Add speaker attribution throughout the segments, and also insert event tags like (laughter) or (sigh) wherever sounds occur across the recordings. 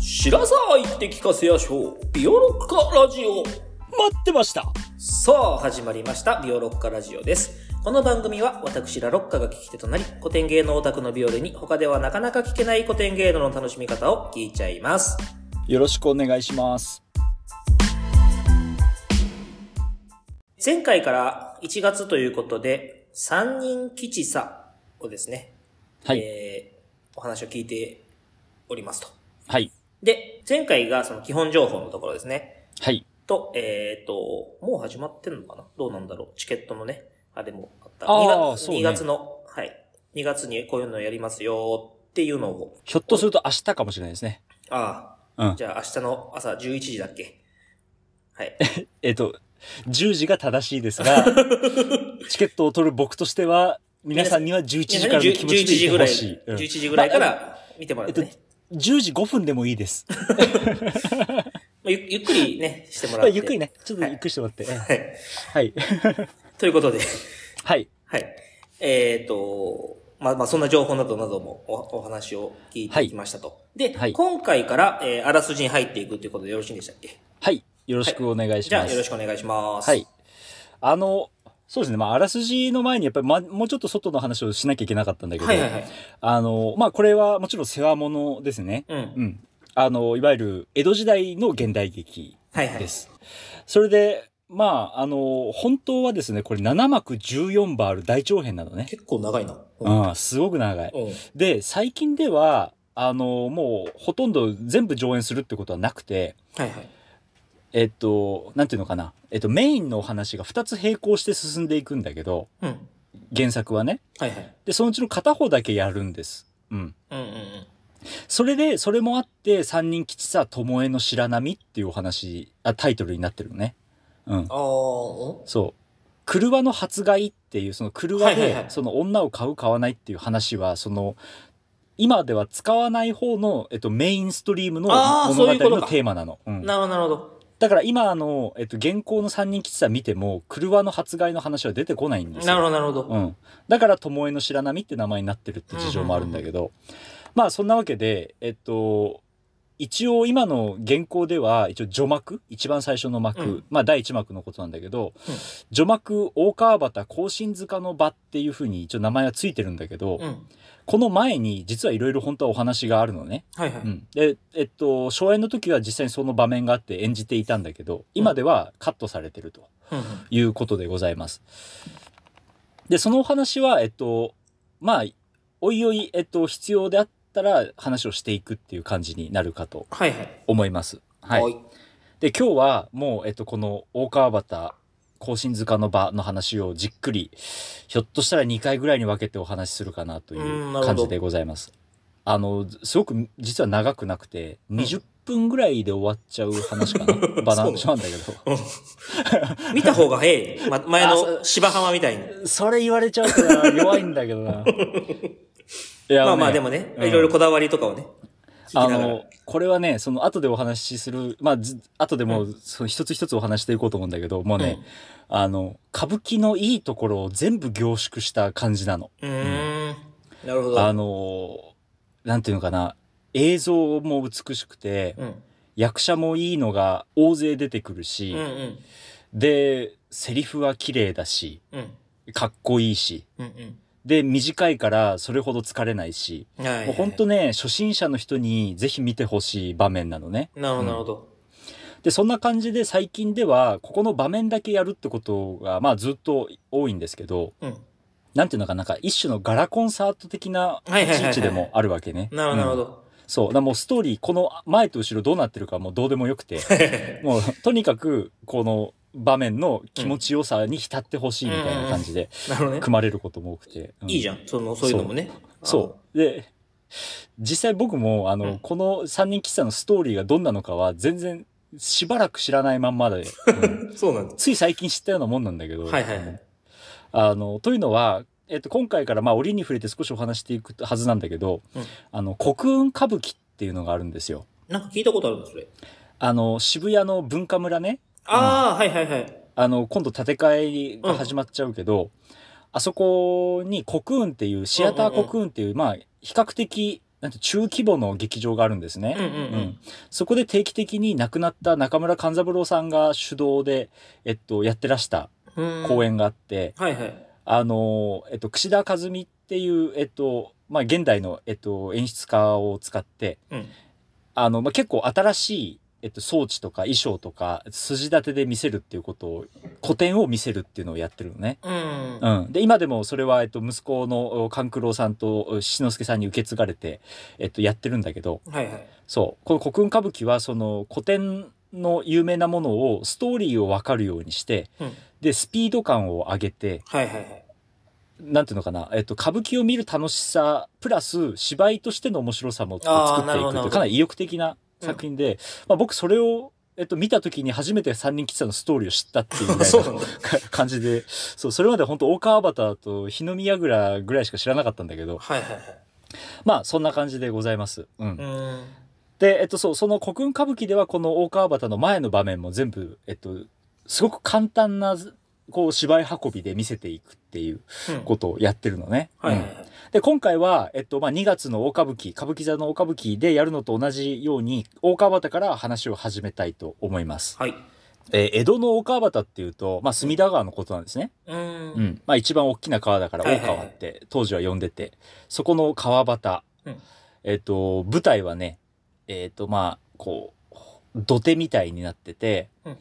Speaker 1: 白沢行って聞かせやしょう。ビオロッカラジオ。
Speaker 2: 待ってました
Speaker 1: さあ、始まりました。ビオロッカラジオです。この番組は私らロッカが聞き手となり、古典芸能オタクのビオレに他ではなかなか聞けない古典芸能の楽しみ方を聞いちゃいます。
Speaker 2: よろしくお願いします
Speaker 1: 前回から1月ということで、三人吉さをですね、
Speaker 2: はい、
Speaker 1: えー、お話を聞いておりますと。
Speaker 2: はい
Speaker 1: で、前回がその基本情報のところですね。
Speaker 2: はい
Speaker 1: と、えっ、と、もう始まってんのかなどうなんだろうチケットのね、あれもあった。
Speaker 2: あ
Speaker 1: 2
Speaker 2: ー
Speaker 1: 月
Speaker 2: そうね
Speaker 1: 2月の、はい。2月にこういうのやりますよっていうのを、
Speaker 2: ひょっとすると明日かもしれないですね
Speaker 1: あ
Speaker 2: う
Speaker 1: あ、
Speaker 2: ん
Speaker 1: じゃあ明日の朝11時だっけ
Speaker 2: (laughs)
Speaker 1: はい。
Speaker 2: えっ、と10時が正しいです (laughs) がチケットを取る僕としては皆さんには11時からの気持ちでい
Speaker 1: 時
Speaker 2: て
Speaker 1: ぐら
Speaker 2: ほ
Speaker 1: い、
Speaker 2: しい、うん
Speaker 1: 11時ぐらいから見てもらってね。
Speaker 2: 10時5分でもいいです。
Speaker 1: まあゆゆっくりね、してもら
Speaker 2: (laughs) まあ
Speaker 1: って。
Speaker 2: ゆっくり。ね、ちょっとゆっくりしてもらって。
Speaker 1: はい。
Speaker 2: はい。
Speaker 1: ということで、
Speaker 2: はい。
Speaker 1: はい。えっ、と、まあ、まあ、そんな情報などなどもおお話を聞いてきましたと。で、
Speaker 2: はい
Speaker 1: 今回から、えーあらすじに入っていくということでよろしいんでしたっけ
Speaker 2: はい。よろしくお願いし
Speaker 1: じゃ
Speaker 2: ま
Speaker 1: あ、
Speaker 2: す。
Speaker 1: よろしくお願いします。
Speaker 2: はい。。あの、そうですね。まあ、あらすじの前に、やっぱり、ま、もうちょっと外の話をしなきゃいけなかったんだけど、
Speaker 1: はいはいはい。
Speaker 2: あの、まあ、これはもちろん世話物ですね。
Speaker 1: うん。
Speaker 2: うん。あの、いわゆる江戸時代の現代劇
Speaker 1: はいはい。
Speaker 2: です。それで、まあ、あの、本当はですね、これ7幕14番ある大長編なのね。
Speaker 1: 結構長いな。う
Speaker 2: う。ん、すごく長い。
Speaker 1: うん。
Speaker 2: で、最近では、あの、もうほとんど全部上演するってことはなくて、
Speaker 1: はいはい。
Speaker 2: えっと、なんていうのかな。えっと、メインのお話が2つ並行して進んでいくんだけど、
Speaker 1: うん。
Speaker 2: 原作はね。
Speaker 1: はいはい。
Speaker 2: で、そのうちの片方だけやるんです。うん。
Speaker 1: うんうんうん。
Speaker 2: それで、それもあって、三人吉さ、巴の白波っていうお話、あ、タイトルになってるのね。うん。
Speaker 1: あー、ん
Speaker 2: そう。車の発害っていう、その車
Speaker 1: はいはいは
Speaker 2: で、
Speaker 1: い
Speaker 2: その女を買う、買わないっていう話は、その、今では使わない方の、えっと、メインストリームの
Speaker 1: あー
Speaker 2: 物語
Speaker 1: そういうこと
Speaker 2: の
Speaker 1: か
Speaker 2: テーマなの。うん。
Speaker 1: なるほど、なるほど。
Speaker 2: だから今あの、えっと、現行の三人吉さ見ても、車の発害の話は出てこないんですよ。
Speaker 1: なるほど、なるほど。
Speaker 2: うん、だから「巴の白波」って名前になってるって事情もあるんだけど、まあそんなわけでえっと一応今の原稿では一応序幕一番最初の幕、
Speaker 1: うん
Speaker 2: まあ第一幕のことなんだけど、
Speaker 1: うん
Speaker 2: 序幕大川端庚申塚の場っていうふうに一応名前はついてるんだけど、
Speaker 1: うん。
Speaker 2: この前に実はいろいろ本当はお話があるのね。
Speaker 1: はいはい。
Speaker 2: うん、でえっと初演の時は実際にその場面があって演じていたんだけど今ではカットされてると。
Speaker 1: うんうん
Speaker 2: ということでございます。で、そのお話は、えっと、まあ、おいおい、えっと、必要であったら話をしていくっていう感じになるかと
Speaker 1: はいはい。
Speaker 2: 思います。はい。。で、今日はもう、えっと、この大川端、更新塚の場の話をじっくり、ひょっとしたら2回ぐらいに分けてお話しするかなとい
Speaker 1: うん
Speaker 2: う
Speaker 1: なるほど
Speaker 2: 感じでございます。あの、すごく実は長くなくて、20分ぐらいで終わっちゃう話かな。バランスなんだけど。
Speaker 1: 見た方が早
Speaker 2: (laughs)
Speaker 1: い。ま、前
Speaker 2: あ
Speaker 1: の
Speaker 2: そ
Speaker 1: 芝浜みたいに。
Speaker 2: それ言われちゃうとな弱いんだけどな。いや
Speaker 1: (laughs) まあまあ、でもね、
Speaker 2: うん
Speaker 1: いろいろこだわりとかをね、聞
Speaker 2: あ
Speaker 1: きながら
Speaker 2: の。、これはね、その後でお話しする、まあ、ず後でも、その一つ一つお話していこうと思うんだけど、もうね、あの、歌舞伎のいいところを全部凝縮した感じなの。
Speaker 1: うーん。なるほ
Speaker 2: あ
Speaker 1: ど。
Speaker 2: の、なんていうのかな、映像も美しくて、
Speaker 1: うん。
Speaker 2: 役者もいいのが大勢出てくる
Speaker 1: う
Speaker 2: し
Speaker 1: ん、うん。
Speaker 2: で、セリフは綺麗だし、
Speaker 1: うん。
Speaker 2: かっこいいし、
Speaker 1: うん。
Speaker 2: で、短いからそれほど疲れないし、
Speaker 1: うん。はい。
Speaker 2: もう本当ね、初心者の人にぜひ見てほしい場面なのね。
Speaker 1: なるほど、なるほど。
Speaker 2: で、そんな感じで最近では、ここの場面だけやるってことが、まあずっと多いんですけど、
Speaker 1: うん。
Speaker 2: なんていうのかな、なんか一種のガラコンサート的な
Speaker 1: はいはいはいはい
Speaker 2: 立ち位置でもあるわけね。
Speaker 1: (laughs) なるほど、なるほ
Speaker 2: うん
Speaker 1: ど。
Speaker 2: そう。だからもうストーリー、この前と後ろどうなってるかもうどうでもよくて、
Speaker 1: (laughs)
Speaker 2: もうとにかく、この場面の気持ちよさに浸ってほしいみたいな感じで
Speaker 1: なるほどね。
Speaker 2: 組まれることも多くて。うん
Speaker 1: いいじゃん。その、そういうのもね。
Speaker 2: そう。で、実際僕も、あの、
Speaker 1: うん
Speaker 2: この三人喫茶のストーリーがどんなのかは、全然、しばらく知らないまんまで、うん
Speaker 1: あ。そうなんです。
Speaker 2: つい最近知ったようなもんなんだけど、
Speaker 1: はいはいはい。
Speaker 2: あの、というのは、えっと、今回から、まあ、折に触れて少しお話していくはずなんだけど、
Speaker 1: うん
Speaker 2: あの、国運歌舞伎っていうのがあるんですよ。
Speaker 1: なんか聞いたことあるんです、それ。
Speaker 2: あの、渋谷の文化村ね、
Speaker 1: ああ、はいはいはい。
Speaker 2: あの、今度建て替えが始まっちゃうけど、あそこに国運っていう、シアター国運っていう、まあ、比較的、なんて中規模の劇場があるんですね。
Speaker 1: うんうんう
Speaker 2: うんん。そこで定期的に亡くなった中村勘三郎さんが主導で、えっと、やってらした
Speaker 1: うん
Speaker 2: 公演があって、
Speaker 1: はいはい。
Speaker 2: あの、えっと、櫛田和美っていう、えっと、まあ、現代の、えっと、演出家を使って、
Speaker 1: うん。
Speaker 2: あの、まあ、結構新しい、えっと、装置とか衣装とか、筋立てで見せるっていうことを、古典を見せるっていうのをやってるのね。
Speaker 1: うん。
Speaker 2: うん。で、今でもそれは、えっと、息子のお勘九郎さんとお七之助さんに受け継がれて、えっと、やってるんだけど、
Speaker 1: はいはい。
Speaker 2: そう。この国運歌舞伎は、その、古典の有名なものを、ストーリーをわかるようにして、
Speaker 1: うん。
Speaker 2: で、スピード感を上げて、
Speaker 1: はいはいはい。
Speaker 2: なんていうのかな、えっと、歌舞伎を見る楽しさ、プラス芝居としての面白さも
Speaker 1: あー
Speaker 2: 作っていく
Speaker 1: なるほどなる
Speaker 2: と
Speaker 1: ほ
Speaker 2: い
Speaker 1: ど
Speaker 2: う、かなり意欲的な作品で、まあ僕それを、えっと、見た時に初めて三人吉さんのストーリーを知ったっていうぐらい
Speaker 1: (laughs) そ
Speaker 2: の
Speaker 1: うなんだ。
Speaker 2: か (laughs) 感じで、そう、それまで本当大川端と日の宮倉ぐらいしか知らなかったんだけど、
Speaker 1: はいはいはい。
Speaker 2: まあそんな感じでございます。うん
Speaker 1: う。ん。
Speaker 2: で、えっと、そう、その国運歌舞伎ではこの大川端の前の場面も全部、えっと、すごく簡単な、こう芝居運びで見せていくっていう
Speaker 1: うん
Speaker 2: ことをやってるのね。
Speaker 1: はいは
Speaker 2: うん
Speaker 1: いはい。
Speaker 2: で、今回は、えっと、まあ、2月の大歌舞伎、歌舞伎座の大歌舞伎でやるのと同じように、大川端から話を始めたいと思います。
Speaker 1: はい。
Speaker 2: えー江戸の大川端っていうと、まあ、隅田川のことなんですね。
Speaker 1: う。
Speaker 2: うんん。まあ、一番大きな川だから、
Speaker 1: はいは
Speaker 2: 大
Speaker 1: いはい
Speaker 2: 川って、当時は呼んでて、そこの川端。
Speaker 1: うん
Speaker 2: えっと、舞台はね、えっと、まあ、こう、土手みたいになってて
Speaker 1: うん、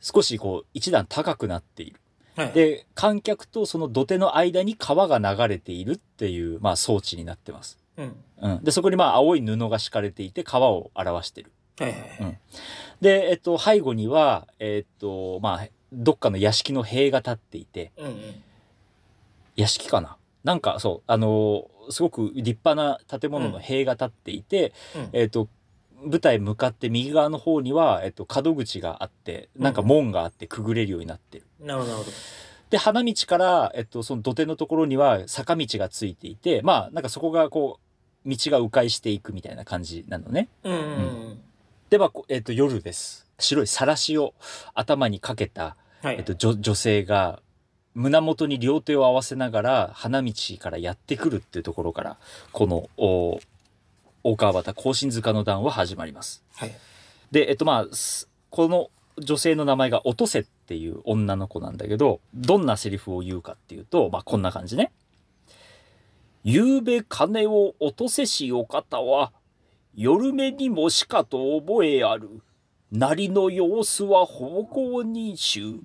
Speaker 2: 少しこう、一段高くなっている。
Speaker 1: はい。、
Speaker 2: で、観客とその土手の間に川が流れているっていう、まあ、装置になってます。
Speaker 1: うん。
Speaker 2: うん、でそこにまあ青い布が敷かれていて川を表してる。
Speaker 1: はいはいはい。
Speaker 2: で、えっと、背後には、えっとまあ、どっかの屋敷の塀が立っていて
Speaker 1: うんうん。
Speaker 2: 屋敷かななんかそうあのーすごく立派な建物の塀が立っていて、
Speaker 1: うん
Speaker 2: えっと舞台向かって右側の方には、えっと、角口があってなんか門があってくぐれるようになってる。
Speaker 1: なるほどなるほ
Speaker 2: で花道から、えっと、その土手のところには坂道がついていてまあなんかそこがこう道が迂回していくみたいな感じなのね。
Speaker 1: ど。うんうんうん。
Speaker 2: では、こえっ、と、夜です。白いさらしを頭にかけた、
Speaker 1: はい。
Speaker 2: えっ、と、女女性が、胸元に両手を合わせながら、花道からやってくるっていうところから、この、お大川端庚申塚の段は始まります。
Speaker 1: はい。
Speaker 2: で、えっ、と、まあ、すこの女性の名前が、おとせっていう女の子なんだけど、どんなセリフを言うかっていうと、まあ、こんな感じね。ゆうべ金を落とせしお方は、夜目にもしかと覚えある。なりの様子は方向認証。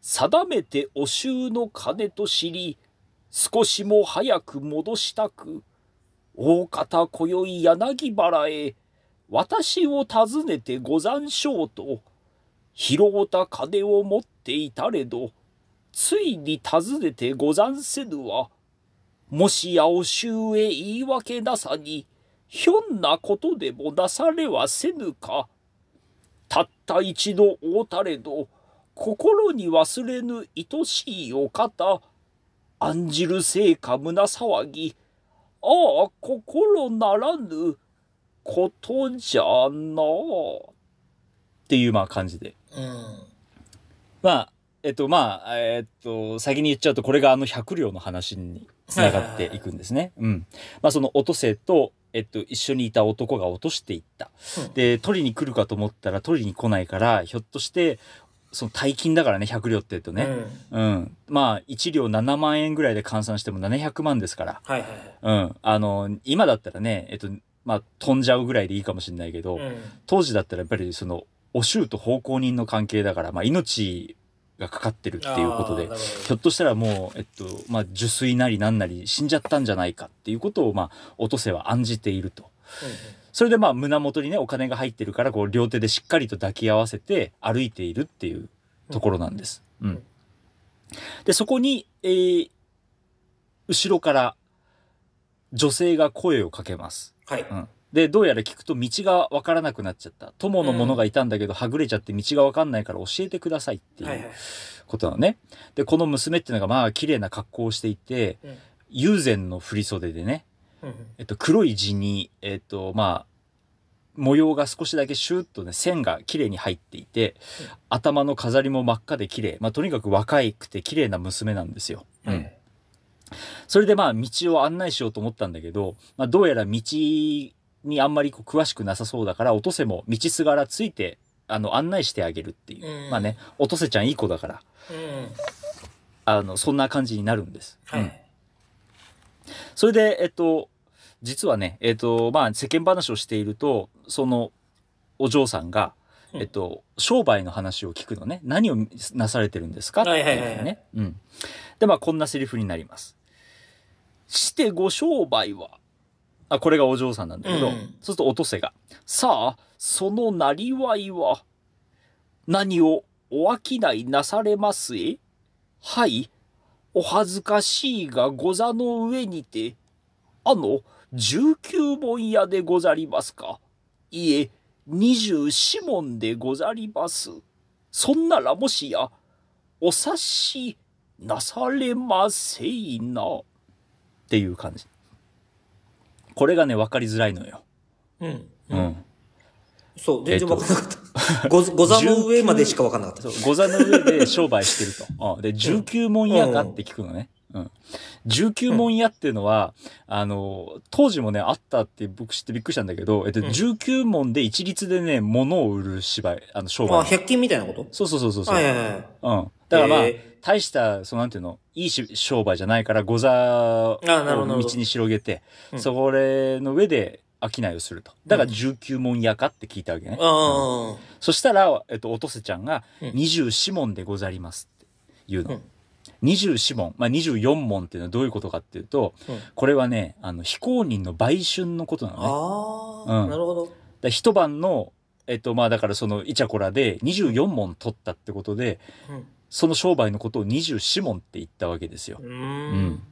Speaker 2: 定めてお衆の金と知り、少しも早く戻したく、大方今宵柳原へ、私を訪ねてござんしょうと、拾うた金を持っていたれど、ついに訪ねてござんせぬは、もしやお衆へ言い訳なさに、ひょんなことでもなされはせぬか。たった一度会うたれど、心に忘れぬ愛しいお方。案じるせ果か胸騒ぎ。ああ、心ならぬことじゃなあ。っていうまあ感じで。
Speaker 1: うん。
Speaker 2: まあ、えっと、まあ、えっと、先に言っちゃうと、これがあの百両の話につながっていくんですね。うん。まあ、その落とせと、えっと、一緒にいた男が落としていった。
Speaker 1: うん
Speaker 2: で、取りに来るかと思ったら、取りに来ないから、ひょっとして、その大金だからね、百両って言うと
Speaker 1: う
Speaker 2: ね。
Speaker 1: ん。
Speaker 2: うん。まあ、一両7万円ぐらいで換算しても700万ですから。
Speaker 1: はいはいはい。
Speaker 2: うん。あの、今だったらね、えっと、まあ、飛んじゃうぐらいでいいかもしれないけど、
Speaker 1: うん。
Speaker 2: 当時だったらやっぱりそのお衆と奉公人の関係だから、まあ、命がかかってるっていうこ
Speaker 1: あ
Speaker 2: と
Speaker 1: ー
Speaker 2: で
Speaker 1: なる
Speaker 2: ひ
Speaker 1: ほ
Speaker 2: ょっとしたらもう、えっとまあ、受水なりなんなり死んじゃったんじゃないかっていうことを、まあ、おとせは案じていると。
Speaker 1: どうんうん
Speaker 2: それでまあ胸元にねお金が入ってるからこう両手でしっかりと抱き合わせて歩いているっていうところなんです。うん
Speaker 1: うん
Speaker 2: でそこに、えー後ろから女性が声をかけます。
Speaker 1: はい。
Speaker 2: うんで、どうやら聞くと道が分からなくなっちゃった。友の者がいたんだけど、はぐれちゃって道が分かんないから教えてくださいってい
Speaker 1: はいは
Speaker 2: う
Speaker 1: い。
Speaker 2: ことなのね。で、この娘っていうのがまあ綺麗な格好をしていて、
Speaker 1: うん
Speaker 2: 友禅の振袖でね、
Speaker 1: うんうん
Speaker 2: えっと、黒い地に、えっと、まあ、模様が少しだけシューッとね、線が綺麗に入っていて
Speaker 1: うん、
Speaker 2: 頭の飾りも真っ赤で綺麗。まあ、とにかく若くて綺麗な娘なんですよ。
Speaker 1: は
Speaker 2: うん
Speaker 1: い。
Speaker 2: それでまあ道を案内しようと思ったんだけど、まあ、どうやら道にあんまりこう詳しくなさそうだから、おとせも道すがらついて、あの、案内してあげるっていう。
Speaker 1: うん
Speaker 2: まあね、おとせちゃんいい子だから、
Speaker 1: うん。
Speaker 2: あの、そんな感じになるんです。
Speaker 1: は
Speaker 2: うん
Speaker 1: い。
Speaker 2: それで、えっと、実はね、えっと、まあ世間話をしていると、その、お嬢さんが、
Speaker 1: うん
Speaker 2: えっと、商売の話を聞くのね。何をなされてるんですかって
Speaker 1: はいいうはいはいはい
Speaker 2: ね。うん。で、まあ、こんなセリフになります。してご商売は、あ、これがお嬢さんなんだけど、
Speaker 1: うん
Speaker 2: そうするとおとせが、さあ、そのなりわいは、何をお商いなされますえはい、お恥ずかしいがご座の上にて、あの、19本屋でござりますか。いえ、24問でござります。そんならもしや、お察しなされませいな。っていう感じ。これがね、わかりづらいのよ。
Speaker 1: うん。
Speaker 2: う。ん。
Speaker 1: そう、全然わかんなかった。ご、ご座の上までしかわかんなかった。
Speaker 2: (laughs) そう、ご座の上で商売してる
Speaker 1: (laughs)
Speaker 2: と。うんで、19問屋かって聞くのね。うん。19問屋っていうのは、あの、当時もね、あったって僕知ってびっくりしたんだけど、えっと、
Speaker 1: ん
Speaker 2: 19問で一律でね、物を売る芝居、あの、商
Speaker 1: あ、
Speaker 2: 売。
Speaker 1: 百均みたいなこと
Speaker 2: そうそうそうそうそう。
Speaker 1: はいはいはい。
Speaker 2: うん。だからまあ、
Speaker 1: え
Speaker 2: 大した、そのなんていうの、いいし商売じゃないから、ご座を
Speaker 1: あなるほどなるほど
Speaker 2: 道に広げて、
Speaker 1: うん
Speaker 2: そこれの上で商いをすると。だから19問やかって聞いたわけね。
Speaker 1: あ
Speaker 2: そしたら、えっと、おとせちゃんが、
Speaker 1: うん
Speaker 2: 24問でござりますっていうの。
Speaker 1: うん
Speaker 2: 24問、まあ、24問っていうのはどういうことかっていうと、
Speaker 1: うん
Speaker 2: これはね、あの、非公認の売春のことなのね。
Speaker 1: あ。あ
Speaker 2: う
Speaker 1: あ。
Speaker 2: ん
Speaker 1: なるほど。
Speaker 2: だから一晩の、えっと、まあ、だからその、イチャコラで24問取ったってことで、
Speaker 1: うん
Speaker 2: その商売のことを24問って言ったわけですよ。
Speaker 1: う
Speaker 2: うん
Speaker 1: ん。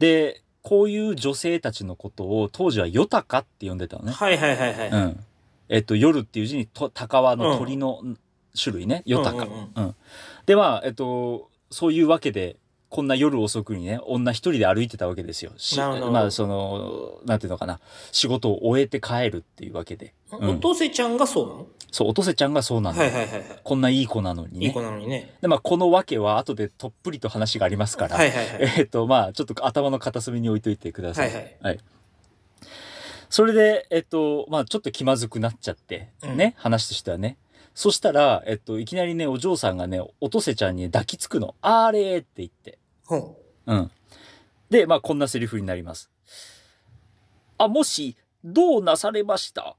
Speaker 2: で、こういう女性たちのことを当時はヨタカって呼んでたのね。
Speaker 1: はいはいはいはい。
Speaker 2: うん。えっと、夜っていう字にと、高輪の鳥の種類ね、ヨタカ。
Speaker 1: うんうん
Speaker 2: うんで、まあ、えっと、そういうわけで、こんな夜遅くにね、女一人で歩いてたわけですよ。し
Speaker 1: なるほど
Speaker 2: まあ、その、なんていうのかな、仕事を終えて帰るっていうわけで。う
Speaker 1: お
Speaker 2: ん、
Speaker 1: とせちゃんがそうなの
Speaker 2: そう、おとせちゃんがそうなんだ、
Speaker 1: はいはいはいはい。
Speaker 2: こんないい子なのにね。
Speaker 1: いい子なのにね。
Speaker 2: で、まあ、このわけは後でとっぷりと話がありますから、
Speaker 1: はいはいはい。
Speaker 2: えっ、と、まあ、ちょっと頭の片隅に置いといてくださ。
Speaker 1: はいいはい。
Speaker 2: それで、えっ、と、まあ、ちょっと気まずくなっちゃって、
Speaker 1: うん
Speaker 2: ね、話としてはね。そしたら、えっ、と、いきなりね、お嬢さんがね、おとせちゃんに抱きつくの、あれーって言って。
Speaker 1: ほん。
Speaker 2: うん。で、まあ、こんなセリフになります。あ、もし、どうなされました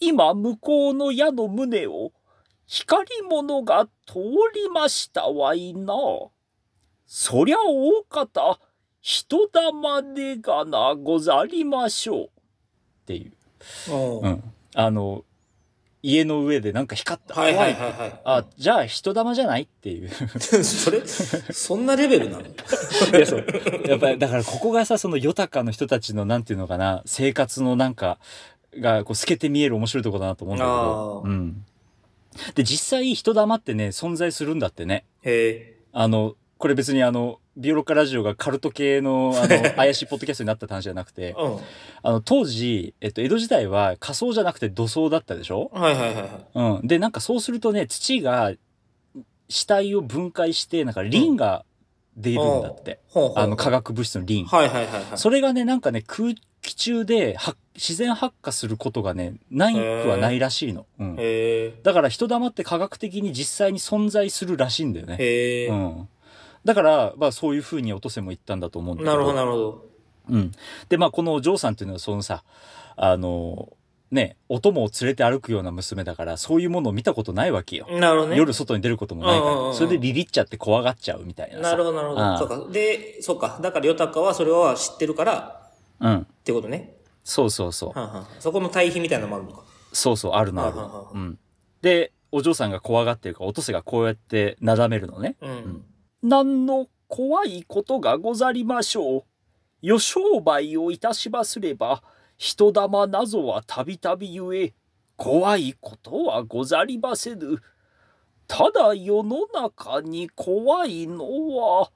Speaker 2: 今、向こうの矢の胸を、光り物が通りましたわいな。そりゃ、大方、人玉でがな、ござりましょう。っていう。
Speaker 1: おう
Speaker 2: うん。あの、家の上でなんか光った。
Speaker 1: はいはい
Speaker 2: 怖い
Speaker 1: はいはい。
Speaker 2: あ、じゃあ、人玉じゃないっていう。
Speaker 1: それ、そんなレベルなの
Speaker 2: (laughs) いや、 (laughs) そう。やっぱり、だからここがさ、その豊かの人たちの、なんていうのかな、生活のなんか、が、こう、透けて見える面白いとこだなと思うんだけど。
Speaker 1: あー
Speaker 2: うん。で、実際、人玉ってね、存在するんだってね。
Speaker 1: へ
Speaker 2: あの、これ別にあの、ビオロッカラジオがカルト系の、あ (laughs) の、怪しいポッドキャストになったって話じゃなく
Speaker 1: え。
Speaker 2: て、
Speaker 1: うん。
Speaker 2: あの、当時、えっと、江戸時代は仮想じゃなくて土葬だったでしょ
Speaker 1: はいはいはいはい。
Speaker 2: うん。で、なんかそうするとね、土が、死体を分解して、なんか、リンが出るんだって。
Speaker 1: ほうほう。
Speaker 2: あの、化学物質のリン。
Speaker 1: はいはいはいはい。
Speaker 2: それがね、なんかね、空気中で発自然発火することがね、ないくはないらしいの。うん
Speaker 1: へえ。
Speaker 2: だから人玉って科学的に実際に存在するらしいんだよね。
Speaker 1: へえ
Speaker 2: う。ん、だから、まあそういうふうに落とせも言ったんだと思うんだけど。
Speaker 1: なるほどなるほど。
Speaker 2: うん。で、まあこのお嬢さんっていうのはそのさ、あの、ね、お供を連れて歩くような娘だから、そういうものを見たことないわけよ。
Speaker 1: なるほどね。
Speaker 2: 夜外に出ることもないか
Speaker 1: うんうんうんう
Speaker 2: ら。
Speaker 1: ん
Speaker 2: それでリリっちゃって怖がっちゃうみたいなさ。
Speaker 1: なるほどなるほ
Speaker 2: ああ
Speaker 1: ど。そうか。で、そうか。だからヨタカはそれは知ってるから、
Speaker 2: うん。
Speaker 1: ってことね。
Speaker 2: そうそうそう。
Speaker 1: はんはんそこの対比みたいなのもあるのか。
Speaker 2: そうそう、あるのある
Speaker 1: はいはいはいは
Speaker 2: の。
Speaker 1: い
Speaker 2: うん。で、お嬢さんが怖がってるから、おとせがこうやってなだめるのね。
Speaker 1: うん。
Speaker 2: 何の怖いことがござりましょう。よ商売をいたしますれば、人玉なぞはたびたびゆえ、怖いことはござりませぬ。ただ世の中に怖いのは、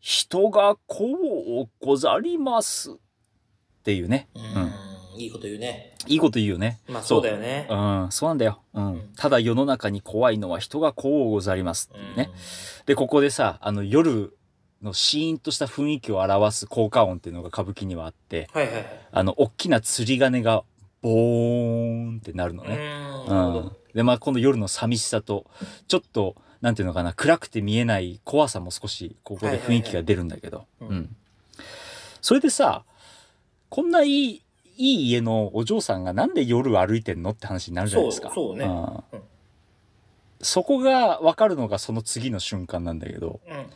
Speaker 2: 人がこうござります。っていうね。
Speaker 1: う
Speaker 2: うん。
Speaker 1: ん。いいこと言うね。
Speaker 2: いいこと言うよね。
Speaker 1: まあそうだよね。
Speaker 2: うん、そうなんだよ。うん。
Speaker 1: ん
Speaker 2: ただ世の中に怖いのは人がこうござりますっていうね。
Speaker 1: うん
Speaker 2: で、ここでさ、あの夜、のシーンとした雰囲気を表す効果音っていうのが歌舞伎にはあって、
Speaker 1: はいはいはい。
Speaker 2: あの、大きな釣り鐘がボーンってなるの
Speaker 1: う
Speaker 2: ね。
Speaker 1: ーん。なるほ
Speaker 2: うん
Speaker 1: ど。、
Speaker 2: でまあこの夜の寂しさとちょっとなんていうのかな暗くて見えない怖さも少しここで雰囲気が出るんだけど、
Speaker 1: はいはいはい
Speaker 2: うんそれでさこんないいいい家のお嬢さんがなんで夜歩いてんのって話になるじゃないですか
Speaker 1: そうそうね
Speaker 2: ん
Speaker 1: うん
Speaker 2: そこが分かるのがその次の瞬間なんだけど
Speaker 1: うん。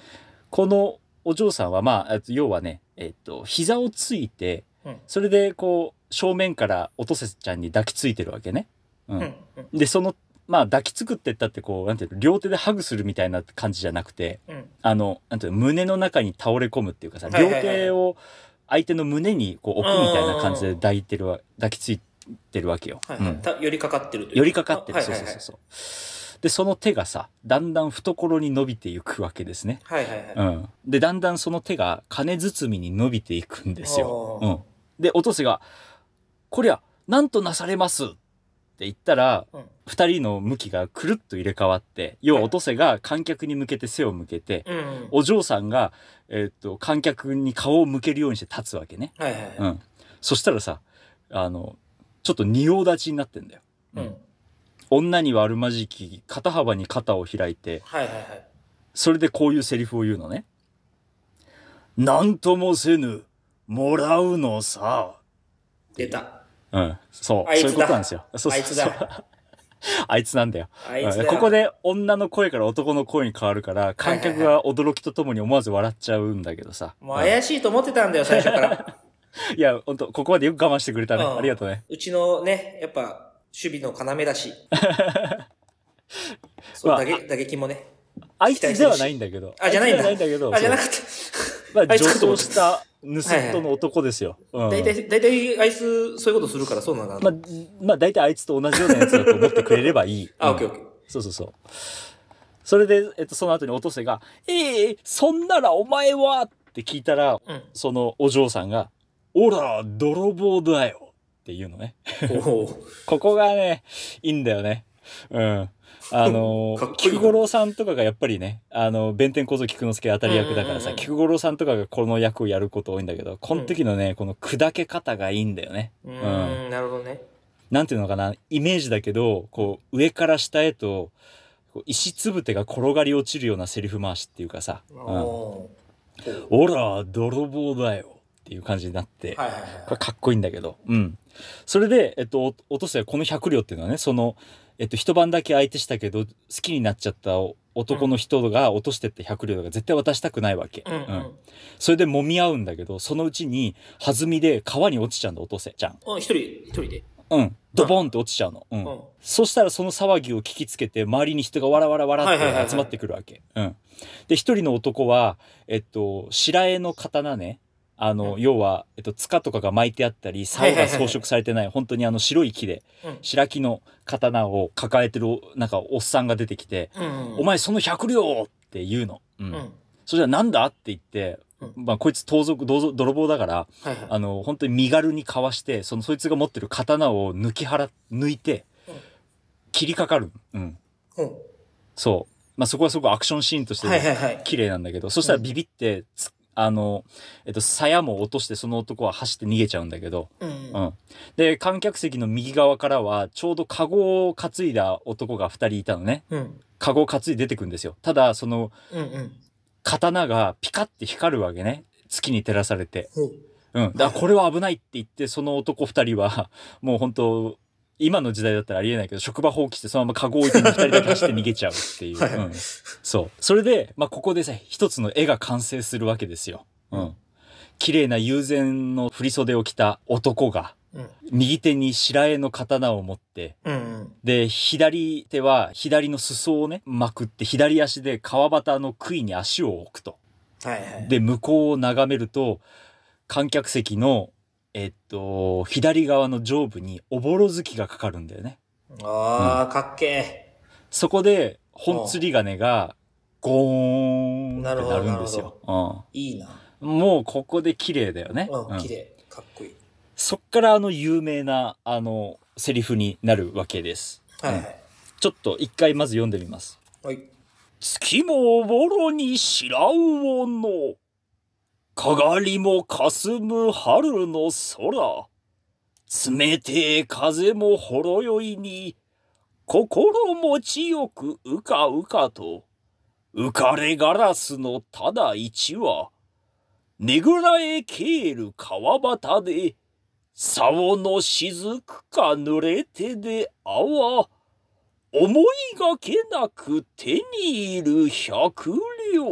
Speaker 2: このお嬢さんはまあえっと要はねえっと膝をついて
Speaker 1: うん。
Speaker 2: それでこう正面からおとせちゃんに抱きついてるわけね。うん
Speaker 1: うん。うん。
Speaker 2: でそのまあ抱きつくってったってこうなんていうの両手でハグするみたいな感じじゃなくて
Speaker 1: うん。
Speaker 2: あのなんていうの胸の中に倒れ込むっていうかさ
Speaker 1: はい
Speaker 2: 両
Speaker 1: はいはい
Speaker 2: 手を相手の胸にこう置くみたいな感じで抱いてるわ抱きついてるわけよ。
Speaker 1: はいは
Speaker 2: う
Speaker 1: い
Speaker 2: ん
Speaker 1: た。寄りかかってるという
Speaker 2: 寄りかかってる、
Speaker 1: あはいはい
Speaker 2: そう
Speaker 1: はい
Speaker 2: そうそうそう。でその手がさだんだん懐に伸びていくわけですね。
Speaker 1: はいはいはい。
Speaker 2: うん、でだんだんその手が金包みに伸びていくんですよ。
Speaker 1: お
Speaker 2: う
Speaker 1: ー
Speaker 2: ん、でおとせが「こりゃなんとなされます」って言ったら、
Speaker 1: うん
Speaker 2: 二人の向きがくるっと入れ替わって要は
Speaker 1: はい
Speaker 2: おとせが観客に向けて背を向けて、
Speaker 1: うん。うん
Speaker 2: お嬢さんが、えーっと観客に顔を向けるようにして立つわけね。
Speaker 1: はいはいは
Speaker 2: う
Speaker 1: い。
Speaker 2: ん、そしたらさあのちょっと仁王立ちになってんだよ。
Speaker 1: うん。
Speaker 2: 女にはあるまじき肩幅に肩を開いて
Speaker 1: はいはいはい。
Speaker 2: それでこういうセリフを言うのね。なんともせぬ、もらうのさ。
Speaker 1: 出た。
Speaker 2: うん、そう、
Speaker 1: あいつだ
Speaker 2: そういうことなんですよ。そう
Speaker 1: あいつだ。
Speaker 2: そう (laughs) あいつなんだよ。
Speaker 1: あいつだ
Speaker 2: うん
Speaker 1: よ。
Speaker 2: ここで女の声から男の声に変わるから、観客が驚きとともに思わず笑っちゃうんだけどさ。
Speaker 1: もう怪しいと思ってたんだよ、最初から。
Speaker 2: うんいや、本当ここまでよく我慢してくれたね。
Speaker 1: うん
Speaker 2: ありがとうね。
Speaker 1: うちのね、やっぱ、守備の要だ
Speaker 2: (laughs)
Speaker 1: し。そう、
Speaker 2: まあ
Speaker 1: 打撃打撃もね。
Speaker 2: あいつではないんだけど。
Speaker 1: あ、じゃないんだ。
Speaker 2: あいつではないんだけど。
Speaker 1: あ、じゃな
Speaker 2: そ
Speaker 1: くて。
Speaker 2: うまあ、
Speaker 1: あ
Speaker 2: 女
Speaker 1: いつかと思
Speaker 2: 装
Speaker 1: っ
Speaker 2: した盗人の男ですよ。うん
Speaker 1: 大体、大体、あいつ、そういうことするから、そうなんだ。
Speaker 2: まあ、まあ、大体あいつと同じようなやつだと思ってくれればいい。
Speaker 1: (laughs) あ、
Speaker 2: う
Speaker 1: オ
Speaker 2: ん
Speaker 1: ッケーオッケー。
Speaker 2: そうそうそう。それで、えっと、その後におとせが、ええそんならお前はって聞いたら、
Speaker 1: うん
Speaker 2: そのお嬢さんが、おら、泥棒だよっていうのね。 (laughs)
Speaker 1: おー
Speaker 2: ここがね、いいんだよね。うん。あ
Speaker 1: (laughs)
Speaker 2: の
Speaker 1: かっこいいな
Speaker 2: 菊五郎さんとかがやっぱりね、あの、弁天小僧菊之助当たり役だから
Speaker 1: うんうんうんう
Speaker 2: さ、
Speaker 1: ん
Speaker 2: 菊五郎さんとかがこの役をやること多いんだけど、この時のね、この砕け方がいいんだよね。
Speaker 1: うーん、なるほどね。
Speaker 2: なんていうのかなイメージだけどこう上から下へとこう石つぶてが転がり落ちるようなセリフ回しっていうかさ「うん
Speaker 1: お
Speaker 2: オラ泥棒だよ」っていう感じになって、
Speaker 1: ーはいはいはい
Speaker 2: これかっこいいんだけど、うん、それで、えっと、お落とせこの百両っていうのはねその、えっと、一晩だけ相手したけど好きになっちゃった男の人が落としてって百両だから絶対渡したくないわけ、。
Speaker 1: うんう
Speaker 2: うん
Speaker 1: ん。
Speaker 2: それで揉み合うんだけどそのうちに弾みで川に落ちちゃうんだ落とせちゃん
Speaker 1: お一人、一人で。
Speaker 2: うんドボンって落ちちゃうの、うん
Speaker 1: うん。
Speaker 2: そしたらその騒ぎを聞きつけて周りに人がわらわらわら
Speaker 1: はいはいはいは
Speaker 2: って
Speaker 1: い
Speaker 2: 集まってくるわけ。うんで一人の男は、えっと、白絵の刀ねあの、
Speaker 1: うん
Speaker 2: 要は、えっと、塚とかが巻いてあった
Speaker 1: は
Speaker 2: り
Speaker 1: い
Speaker 2: 竿
Speaker 1: はいは
Speaker 2: が
Speaker 1: い
Speaker 2: 装飾されてない,、本当にあの白い木で
Speaker 1: うん
Speaker 2: 白木の刀を抱えてるおなんかおっさんが出てきて
Speaker 1: うんう
Speaker 2: 「
Speaker 1: ん。
Speaker 2: お前その百両!」って言うの。うん
Speaker 1: うん。
Speaker 2: そしたら「なんだ?」って言って、
Speaker 1: うん
Speaker 2: まあ、こいつ盗賊どうぞ泥棒だから
Speaker 1: はいはい。
Speaker 2: あの、本当に身軽にかわして、その、そいつが持ってる刀を抜き払、抜いて
Speaker 1: うん、
Speaker 2: 切りかかる。うん。
Speaker 1: うん
Speaker 2: そう。まあ、そこはすごくアクションシーンとして、
Speaker 1: はいはいはい。
Speaker 2: 綺麗なんだけど、そしたら
Speaker 1: うん
Speaker 2: ビビって、つあの、えっと、鞘も落として、その男は走って逃げちゃうんだけど、
Speaker 1: うん。
Speaker 2: うん。で、観客席の右側からは、ちょうどカゴを担いだ男が二人いたのね。
Speaker 1: うん。
Speaker 2: カゴを担いで出てくんですよ。ただ、その、
Speaker 1: うんうん。
Speaker 2: 刀がピカって光るわけね。月に照らされて。
Speaker 1: ほう
Speaker 2: うん。だからこれは危ないって言って、その男二人は、 (laughs) もう本当今の時代だったらありえないけど、職場放棄してそのままカゴ置いて二人だけ走って逃げちゃうっていう。
Speaker 1: はいはい
Speaker 2: うん、そう。それで、まあ、ここでさ、一つの絵が完成するわけですよ。う
Speaker 1: うんん。
Speaker 2: 綺麗な友禅の振袖を着た男が、
Speaker 1: うん。
Speaker 2: 右手に白絵の刀を持って、
Speaker 1: うんうん。
Speaker 2: で、左手は左の裾をね、まくって、左足で川端の杭に足を置くと。
Speaker 1: はいはい。
Speaker 2: で向こうを眺めると観客席のえっと左側の上部におぼろ月がかかるんだよね
Speaker 1: ああ、かっけ
Speaker 2: そこで本釣り鐘がゴーンってなるんです
Speaker 1: なる
Speaker 2: よ、
Speaker 1: え。いいな。
Speaker 2: うん、もうここで綺麗だよね、
Speaker 1: う、
Speaker 2: うんん
Speaker 1: 綺麗。かっこいい。
Speaker 2: そっからあの有名なあのセリフになるわけです
Speaker 1: はいはい。
Speaker 2: ちょっと一回まず読んでみます
Speaker 1: はい。
Speaker 2: 月もおぼろに白魚の、かがりもかすむ春の空。冷てえ風もほろよいに、心持ちよくうかうかと、浮かれガラスのただ一羽、ねぐらへ消える川端で、竿の雫か濡れてであわ、思いがけなく手にいる百両。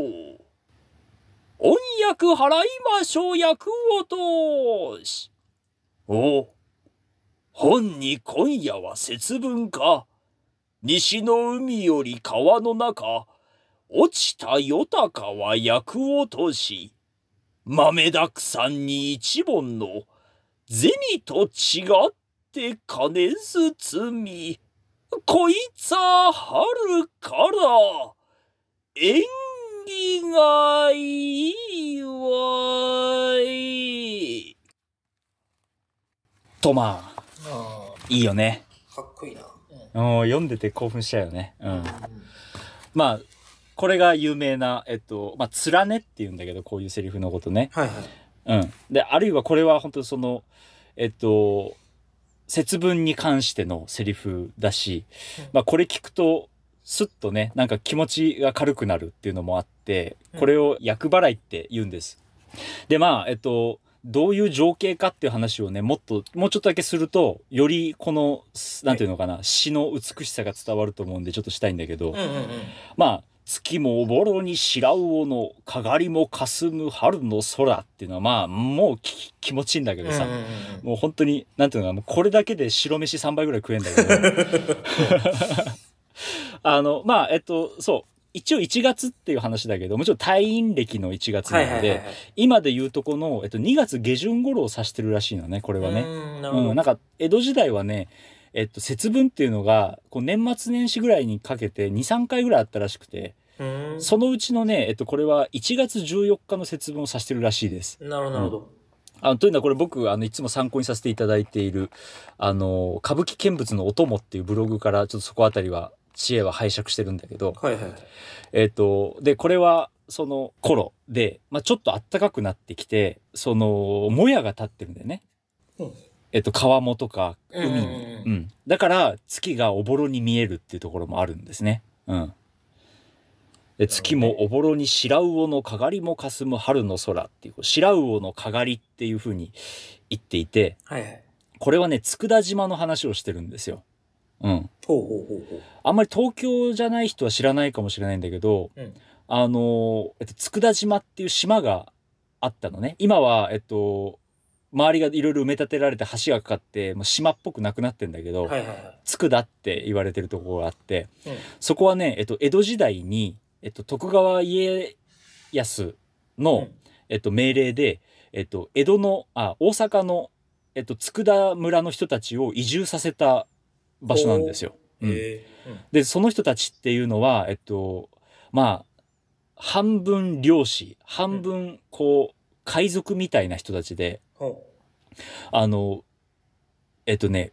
Speaker 2: 音訳払いましょう役を通し。お、本に今夜は節分か。西の海より川の中、落ちた夜鷹は役を通し。豆だくさんに一本の銭と違って金包み。こいつは春から縁起がいいわい。とまあ、
Speaker 1: あ
Speaker 2: いいよね。
Speaker 1: あ、かっこいいな。
Speaker 2: うん読んでて興奮しちゃうよね。うん。
Speaker 1: うん
Speaker 2: まあ、これが有名な、えっと、まあ、連ねって言うんだけど、こういうセリフのことね。
Speaker 1: はいはい。
Speaker 2: うん。で、あるいはこれは本当その、えっと、節分に関してのセリフだし
Speaker 1: うん、
Speaker 2: まあこれ聞くと、すっとね、なんか気持ちが軽くなるっていうのもあって、これを厄払いって言うんです。で、まあ、えっと、どういう情景かっていう話をね、もっと、もうちょっとだけすると、よりこの、すなんていうのかな、詩の美しさが伝わると思うんで、ちょっとしたいんだけ
Speaker 1: う
Speaker 2: ど、
Speaker 1: んうんうん。
Speaker 2: まあ、月もおぼろに白魚の、かがりもかすむ春の空っていうのは、まあ、もうき気持ちいいんだけどさ、
Speaker 1: うんうんうん
Speaker 2: もう本当に、なんていうのかな、もうこれだけで白飯3杯ぐらい食えんだけど。 (laughs) あの、まあ、えっと、そう。一応1月っていう話だけど、もちろん退院歴の1月な
Speaker 1: はい
Speaker 2: の
Speaker 1: は
Speaker 2: で、
Speaker 1: いはいはい。
Speaker 2: 今で言うとこの、えっと、2月下旬頃を指してるらしいのね、これはね。
Speaker 1: うん、なるほ
Speaker 2: う
Speaker 1: ど。
Speaker 2: ん、なんか江戸時代はね、えっと、節分っていうのがこう年末年始ぐらいにかけて23回ぐらいあったらしくて
Speaker 1: うん
Speaker 2: そのうちのね、えっと、これは1月14日の節分を指してるらしいです。
Speaker 1: なるほど、なるほど。
Speaker 2: あのというのはこれ僕あのいつも参考にさせていただいているあの歌舞伎見物のお供っていうブログからちょっとそこあたりは知恵は拝借してるんだけど、
Speaker 1: はいはい。
Speaker 2: えっ、と、で、これは、その頃で、まあ、ちょっと暖かくなってきて、その、もやが立ってるんだよね。
Speaker 1: うん
Speaker 2: えっと、川面とか、海に。
Speaker 1: うんうんうんうん
Speaker 2: うんだから、月がおぼろに見えるっていうところもあるんですね。うん。で月もおぼろに白魚のかがりもかすむ春の空っていう、白魚のかがりっていうふうに言っていて、
Speaker 1: はいはい。
Speaker 2: これはね、佃島の話をしてるんですよ。うん。
Speaker 1: ほうほうほうほう。
Speaker 2: あんまり東京じゃない人は知らないかもしれないんだけど、
Speaker 1: うん
Speaker 2: あのー、えっと、佃島っていう島があったのね。今は、えっと、周りがいろいろ埋め立てられて橋がかかって、もう島っぽくなくなってんだけど、
Speaker 1: はいはいはい。
Speaker 2: 佃って言われてるところがあって、
Speaker 1: うん
Speaker 2: そこはね、えっと、江戸時代に、えっと、徳川家康の、
Speaker 1: うん
Speaker 2: えっと、命令で、えっと、江戸の、あ、大阪の、えっと、佃村の人たちを移住させた場所なんですよ。うん
Speaker 1: へえ
Speaker 2: で、その人たちっていうのは、えっと、まあ、半分漁師、半分、こう、海賊みたいな人たちで、
Speaker 1: ほ
Speaker 2: あの、えっとね、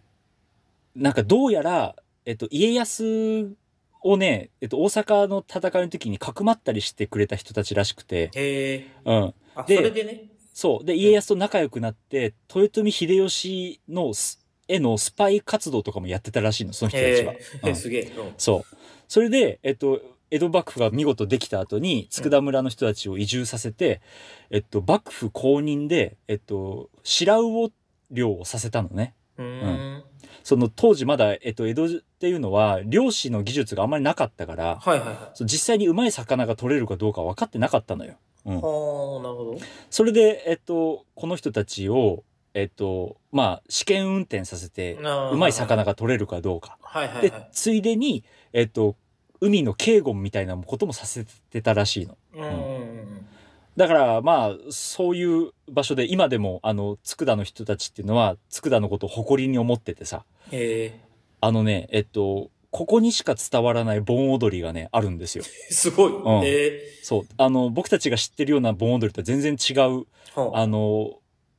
Speaker 2: なんかどうやら、えっと、家康をね、えっと、大阪の戦いの時にかくまったりしてくれた人たちらしくて、
Speaker 1: うへえ。
Speaker 2: うん。
Speaker 1: あ、そ
Speaker 2: で
Speaker 1: れでね。
Speaker 2: そう。で、家康と仲良くなって、豊臣秀吉のす、へのスパイ活動とかもやってたらしいの、その人たちは
Speaker 1: へ。
Speaker 2: う
Speaker 1: え。
Speaker 2: ん
Speaker 1: すげえ。うん
Speaker 2: そう。それで、えっと、江戸幕府が見事できた後に、佃村の人たちを移住させて、えっと、幕府公認で、えっと、白魚漁をさせたのね。
Speaker 1: うーん。
Speaker 2: その当時まだ、えっと、江戸っていうのは、漁師の技術があんまりなかったから、
Speaker 1: はいはいは
Speaker 2: そう実際にうまい魚が取れるかどうか分かってなかったのよ。う
Speaker 1: い。
Speaker 2: ん
Speaker 1: はあ、なるほど。
Speaker 2: それで、えっと、この人たちを、えっと、まあ、試験運転させて、
Speaker 1: あー
Speaker 2: うまい魚が取れるかどうか。
Speaker 1: はいはい
Speaker 2: で
Speaker 1: はい。、
Speaker 2: ついでに、えっと、海の警護みたいなこともさせてたらしいの。
Speaker 1: うんうんうん
Speaker 2: だから、まあ、そういう場所で、今でも、あの、佃の人たちっていうのは、佃のことを誇りに思っててさ、
Speaker 1: へえ。
Speaker 2: あのね、えっと、ここにしか伝わらない盆踊りがね、あるんですよ。
Speaker 1: (laughs) すごい。
Speaker 2: ん
Speaker 1: へえ。
Speaker 2: そう。あの、僕たちが知ってるような盆踊りとは全然違う、
Speaker 1: はあ
Speaker 2: あの、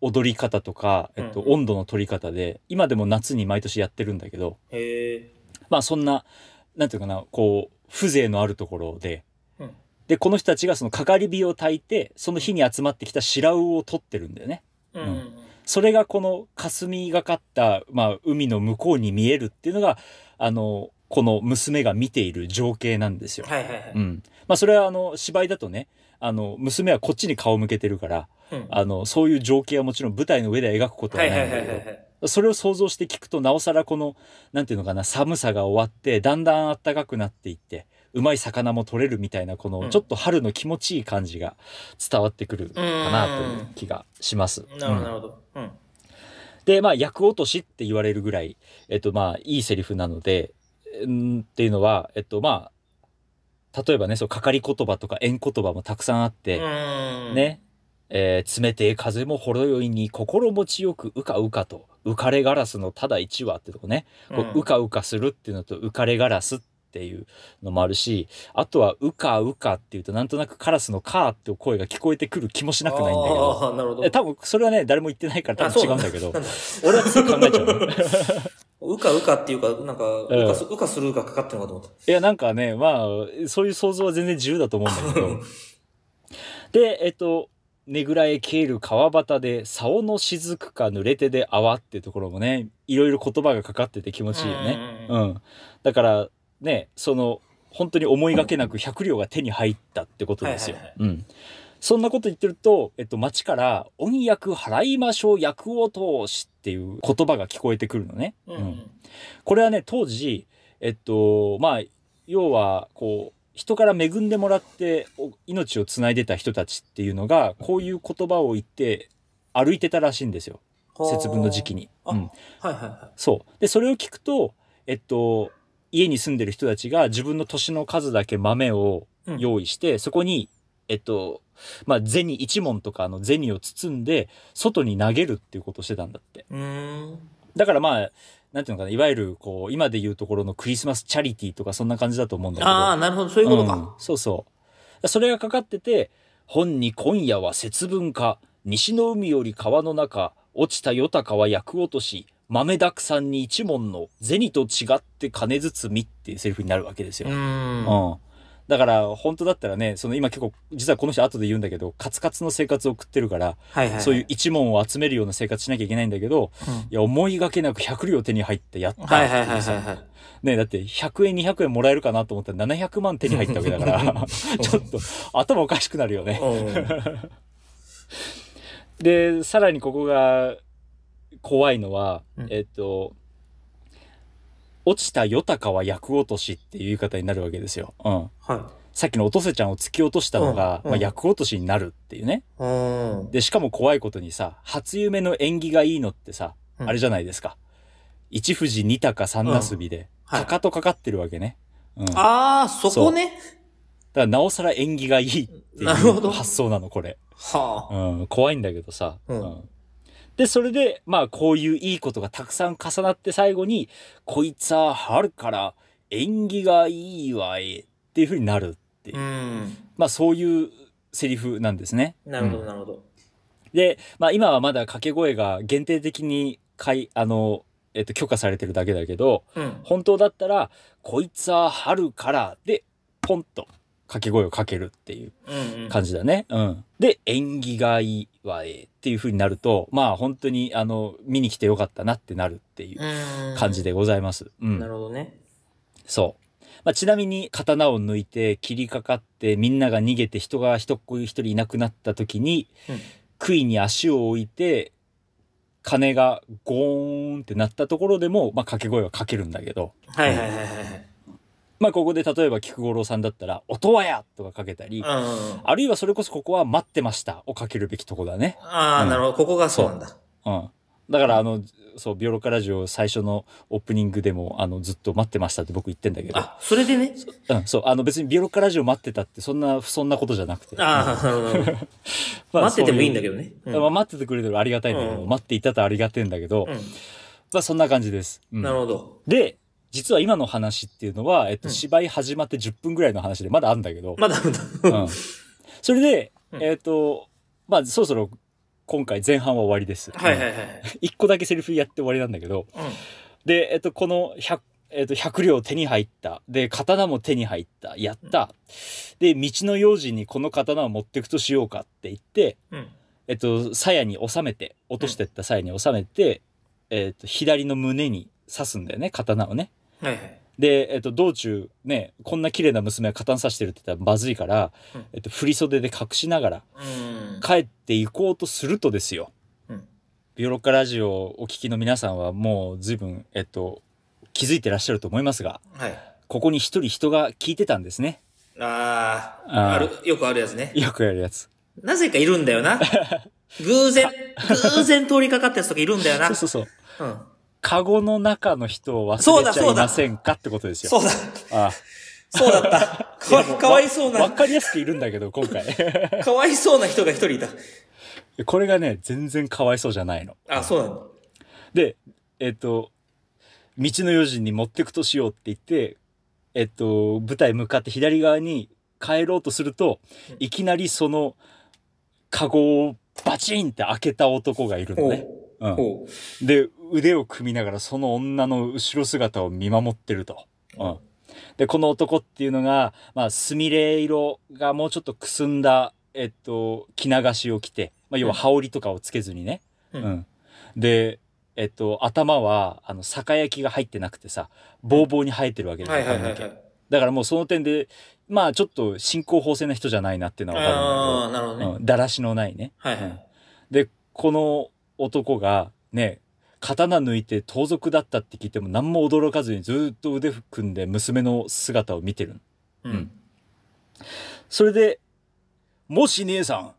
Speaker 2: 踊り方とか、えっと、
Speaker 1: うんうん
Speaker 2: 温度の取り方で、今でも夏に毎年やってるんだけど、
Speaker 1: へえ。
Speaker 2: まあそんな、なんていうのかな、こう、風情のあるところで、で、この人たちがそのかかり火を焚いて、その火に集まってきた白魚を取ってるんだよね。
Speaker 1: うん
Speaker 2: うんそれがこの霞がかった、まあ、海の向こうに見えるっていうのが、あの、この娘が見ている情景なんですよ。
Speaker 1: はいはいはい。
Speaker 2: うん。まあ、それはあの、芝居だとね、あの、娘はこっちに顔を向けてるから、
Speaker 1: うん
Speaker 2: あの、そういう情景はもちろん舞台の上で描くことは
Speaker 1: は
Speaker 2: ないいん
Speaker 1: はいはい
Speaker 2: だ
Speaker 1: はいは
Speaker 2: け
Speaker 1: い。
Speaker 2: ど、それを想像して聞くと、なおさらこの、なんていうのかな、寒さが終わって、だんだん暖かくなっていって、うまい魚も取れるみたいな、こ
Speaker 1: う
Speaker 2: の、
Speaker 1: ん
Speaker 2: ちょっと春の気持ちいい感じが伝わってくるかなという気がします。
Speaker 1: なるほど、
Speaker 2: うん
Speaker 1: なるほど。うん。
Speaker 2: で、まあ、役落としって言われるぐらい、えっと、まあ、いいセリフなので、うんっていうのは、えっと、まあ、例えばね、そう、かかり言葉とか縁言葉もたくさんあって、
Speaker 1: うん。。
Speaker 2: ね、えー冷てえ風もほろよいに心持ちよくうかうかと、浮かれガラスのただ一話ってとこね、こううかうかするっていうのと浮かれガラスっていうのもあるし、あとはうかうかっていうとなんとなくカラスのカーって声が聞こえてくる気もしなくないんだけど、
Speaker 1: ああ、なるほど。
Speaker 2: え多分それはね、誰も言ってないから
Speaker 1: あ
Speaker 2: 多
Speaker 1: そ
Speaker 2: 分違うんだけど、 (laughs) 俺はつい考えちゃうの。
Speaker 1: うかうかっていうか、なんか、う
Speaker 2: え
Speaker 1: かすうかするがかかってるのかと思っ
Speaker 2: いや、なんかね、まあ、そういう想像は全然自由だと思うんだ
Speaker 1: (laughs)
Speaker 2: けど。で、えっと、ねぐらへ消える川端で、竿の雫か濡れてで泡っていうところもね、いろいろ言葉がかかってて気持
Speaker 1: た。
Speaker 2: ちいいよね。
Speaker 1: ね
Speaker 2: う。ん。だから、ね、その、本当に思いがけなく百両が手に入ったってことですよ
Speaker 1: はいは。
Speaker 2: うん。そんなこと言ってると、えっと、町から、音訳払いましょう、役を通しっていう言葉が聞こえてくるのね。
Speaker 1: うんうん。
Speaker 2: これはね当時えっとまあ要はこう人から恵んでもらってお命をつないでた人たちっていうのがこういう言葉を言って歩いてたらしいんですよ
Speaker 1: はあ
Speaker 2: 節分の時期。に。
Speaker 1: あ
Speaker 2: うん、
Speaker 1: はいはいは
Speaker 2: そうでそれを聞くとえっと家に住んでる人たちが自分の年の数だけ豆を
Speaker 1: い。うん
Speaker 2: 用意して、そこにえっとまあ銭一文とかあの銭を包んで外に投げるっていうことをしてたんだって。
Speaker 1: うーん。
Speaker 2: だからまあ、なんていうのかな、いわゆるこう、今で言うところのクリスマスチャリティとかそんな感じだと思うんだけど。
Speaker 1: ああ、なるほど。そういうこと
Speaker 2: うん
Speaker 1: か。
Speaker 2: そうそう。それがかかってて、本に今夜は節分か、西の海より川の中、落ちた夜鷹は役落とし、豆だくさんに一文の銭と違って金包みっていうセリフになるわけですよ。
Speaker 1: うーん。
Speaker 2: うん。だから、本当だったらね、その今結構、実はこの人後で言うんだけど、カツカツの生活を送ってるから、
Speaker 1: はいはい。
Speaker 2: そういう一問を集めるような生活しなきゃいけないんだけど、
Speaker 1: うん。
Speaker 2: いや、思いがけなく100両手に入ってやった。
Speaker 1: はいはいはいはいはい。
Speaker 2: ねだって100円200円もらえるかなと思ったら700万手に入ったわけだ (laughs) から、ちょっと頭おかしくなるよね。
Speaker 1: うん
Speaker 2: で、さらにここが怖いのは、
Speaker 1: うん
Speaker 2: えっと、落ちた夜鷹は役落としっていう言い方になるわけですよ。うん。
Speaker 1: はい。
Speaker 2: さっきのおとせちゃんを突き落としたのが、
Speaker 1: うん
Speaker 2: まあ、
Speaker 1: うん
Speaker 2: 役落としになるっていうね。
Speaker 1: うん。
Speaker 2: で、しかも怖いことにさ、初夢の縁起がいいのってさ、
Speaker 1: うん
Speaker 2: あれじゃないですか。一富士二鷹三なすびで、
Speaker 1: はい
Speaker 2: かかとかかってるわけね。うん。だか
Speaker 1: ああ、そこね。
Speaker 2: らなおさら縁起がいいってい
Speaker 1: なるほ
Speaker 2: う
Speaker 1: ど
Speaker 2: 発想なの、これ。
Speaker 1: はあ。
Speaker 2: うん、怖いんだけどさ。
Speaker 1: うん
Speaker 2: で、それで、まあ、こういういいことがたくさん重なって最後に、こいつは春から縁起がいいわいっていう風になるっていう。
Speaker 1: うん。
Speaker 2: まあ、そういうセリフなんですね。
Speaker 1: なるほ
Speaker 2: う
Speaker 1: ど、
Speaker 2: ん
Speaker 1: なるほど。
Speaker 2: で、まあ、今はまだ掛け声が限定的に解、あの、えっと、許可されてるだけだけど、
Speaker 1: うん。
Speaker 2: 本当だったら、こいつは春からで、ポンと掛け声をかけるっていう
Speaker 1: うんうん。
Speaker 2: 感じだね。うん。で、縁起がいいわえっていう風になると、まあ本当に、あの、見に来てよかったなってなるっていう
Speaker 1: うん
Speaker 2: 感じ。でございます。うん。
Speaker 1: なるほどね。
Speaker 2: そう。まあ、ちなみに刀を抜いて切りかかってみんなが逃げて人が一人一人いなくなった時に、
Speaker 1: うん
Speaker 2: 杭に足を置いて鐘がゴーンって鳴ったところでも、まあ、掛け声はかけるんだけど、
Speaker 1: はいはいはいはいはい。
Speaker 2: まあ、ここで例えば菊五郎さんだったら「音羽や!」とかかけたり、
Speaker 1: うん。
Speaker 2: あるいはそれこそここは「待ってました」をかけるべきとこだね。
Speaker 1: ああ、
Speaker 2: うん
Speaker 1: なるほど。ここがそうなんだ。
Speaker 2: うんだからあの、そう、ビオロカラジオ最初のオープニングでも、あの、ずっと待ってましたって僕言ってんだけど。
Speaker 1: あ、それでね。
Speaker 2: うん、そう、あの別にビオロッカラジオ待ってたって、そんな、そんなことじゃなくて。
Speaker 1: ああ、なるほどなるほど。
Speaker 2: (laughs) まあ
Speaker 1: 待っててもいいんだけ
Speaker 2: け
Speaker 1: どね。うん
Speaker 2: まあ、待っててくれてるありがたいんだけど、
Speaker 1: うん
Speaker 2: 待っていたとありがてえんだけど、
Speaker 1: う
Speaker 2: まあそんな感じです。う
Speaker 1: ん。
Speaker 2: ん
Speaker 1: なるほど。
Speaker 2: で、実は今の話っていうのは、えっと、
Speaker 1: うん
Speaker 2: 芝居始まって10分ぐらいの話でまだあるんだけど、
Speaker 1: まだまだ。
Speaker 2: うんそれで、
Speaker 1: うん
Speaker 2: えっと、まあそろそろ今回前半は終わりです。
Speaker 1: はいはい
Speaker 2: い。
Speaker 1: はいはい。
Speaker 2: 一個だけセリフやって終わりなんだけど、
Speaker 1: うん
Speaker 2: で、えっと、この100、ええっと100両手に入ったで刀も手に入ったやった、で道の用心にこの刀を持っていくとしようかって言って、
Speaker 1: うん。
Speaker 2: えっと鞘に収めて落としてった鞘に収めて、えっと左の胸に刺すんだよね刀をね。
Speaker 1: はいはい。
Speaker 2: で、えっと、道中ねこんな綺麗な娘が刀刺してるって言ったらまずいから、
Speaker 1: うん
Speaker 2: えっと、振り袖で隠しながら
Speaker 1: うん。
Speaker 2: 帰っていこうとするとですよ、
Speaker 1: うん
Speaker 2: ビオロッカラジオをお聞きの皆さんはもう随分、えっと、気づいてらっしゃると思いますが
Speaker 1: はい。
Speaker 2: ここに一人人が聞いてたんですね
Speaker 1: あー
Speaker 2: あー
Speaker 1: ある、 (laughs) よくあるやつね。
Speaker 2: よくやるやつ
Speaker 1: なぜかいるんだよな。偶然、偶然通りかかったやつとかいるんだよな。
Speaker 2: そうそうそう
Speaker 1: うん。
Speaker 2: カゴの中の人を
Speaker 1: そう
Speaker 2: 忘れ
Speaker 1: だ
Speaker 2: ちゃ
Speaker 1: そ
Speaker 2: いう
Speaker 1: だ
Speaker 2: ませんかってことですよ
Speaker 1: そうだ。
Speaker 2: あ
Speaker 1: そうだった。かわ (laughs) いかわいそう
Speaker 2: あわ
Speaker 1: な、
Speaker 2: かりやすくいるんだけど今回
Speaker 1: (laughs) かわいそうな人が一人いた。
Speaker 2: これがね全然かわいそうじゃないの
Speaker 1: あ、そうなの。
Speaker 2: でえっ、と道の用心に持ってくとしようって言ってえっ、と舞台向かって左側に帰ろうとするといきなりそのカゴをバチンって開けた男がいるの
Speaker 1: お
Speaker 2: ね。
Speaker 1: う。
Speaker 2: うん、
Speaker 1: おう。
Speaker 2: で腕を組みながらその女の後ろ姿を見守ってると。うん、でこの男っていうのが、まあ、スミレ色がもうちょっとくすんだ、えっと、着流しを着て、まあ、要は羽織とかをつけずにね、
Speaker 1: うん
Speaker 2: で、えっと、頭はあの酒焼きが入ってなくてさボーボーに生えてるわけだ,、
Speaker 1: はいはいはいは
Speaker 2: 髪の毛
Speaker 1: い。
Speaker 2: だからもうその点でまあちょっと進行方正な人じゃないなっていうの
Speaker 1: ああ
Speaker 2: は
Speaker 1: ー、なるほ
Speaker 2: 分
Speaker 1: ど
Speaker 2: かるんだけど、
Speaker 1: ね。
Speaker 2: うん、だらしのないね。
Speaker 1: はいは
Speaker 2: うん
Speaker 1: い。
Speaker 2: でこの男がね刀抜いて盗賊だったって聞いても何も驚かずにずっと腕組んで娘の姿を見てる
Speaker 1: う
Speaker 2: うん
Speaker 1: ん。
Speaker 2: それで「もし姉さん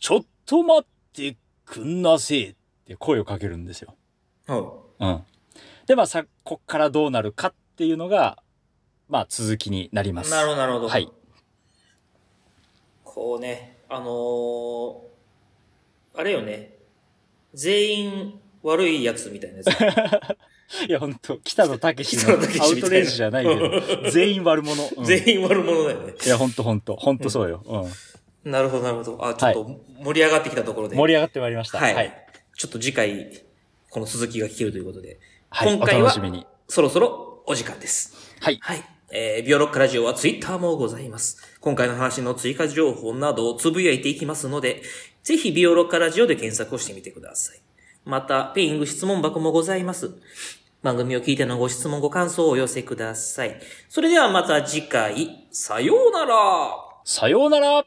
Speaker 2: ちょっと待ってくんなせえ」って声をかけるんですよ。
Speaker 1: お
Speaker 2: うん、でまあさこっからどうなるかっていうのがまあ続きになります。
Speaker 1: なるほど、なるほど。
Speaker 2: はい。
Speaker 1: こうね、あのー、あれよね。全員悪いやつみたいなやつ。
Speaker 2: (laughs) いや本当北野武
Speaker 1: 北野武
Speaker 2: のア
Speaker 1: 史
Speaker 2: ウ
Speaker 1: みたいな
Speaker 2: トレイジじゃないけど全員悪者。うん
Speaker 1: 全員悪者だよね。
Speaker 2: いや本当本当本当そうよ。
Speaker 1: (laughs)
Speaker 2: うん
Speaker 1: なるほど、なるほど。あ、ちょっと盛り上がってきたところで。
Speaker 2: 盛り上がってまいりました。
Speaker 1: はい。。ちょっと次回、この続きが聞けるということで、
Speaker 2: はい
Speaker 1: 今回
Speaker 2: お
Speaker 1: は
Speaker 2: 楽しみに。
Speaker 1: そろそろお時間です。
Speaker 2: はい。
Speaker 1: はい。えー、ビオロックラジオはツイッターもございます。今回の話の追加情報などをつぶやいていきますので、ぜひビオロックラジオで検索をしてみてください。また、ペイング質問箱もございます。番組を聞いてのご質問、ご感想をお寄せください。それではまた次回、さようなら
Speaker 2: さようなら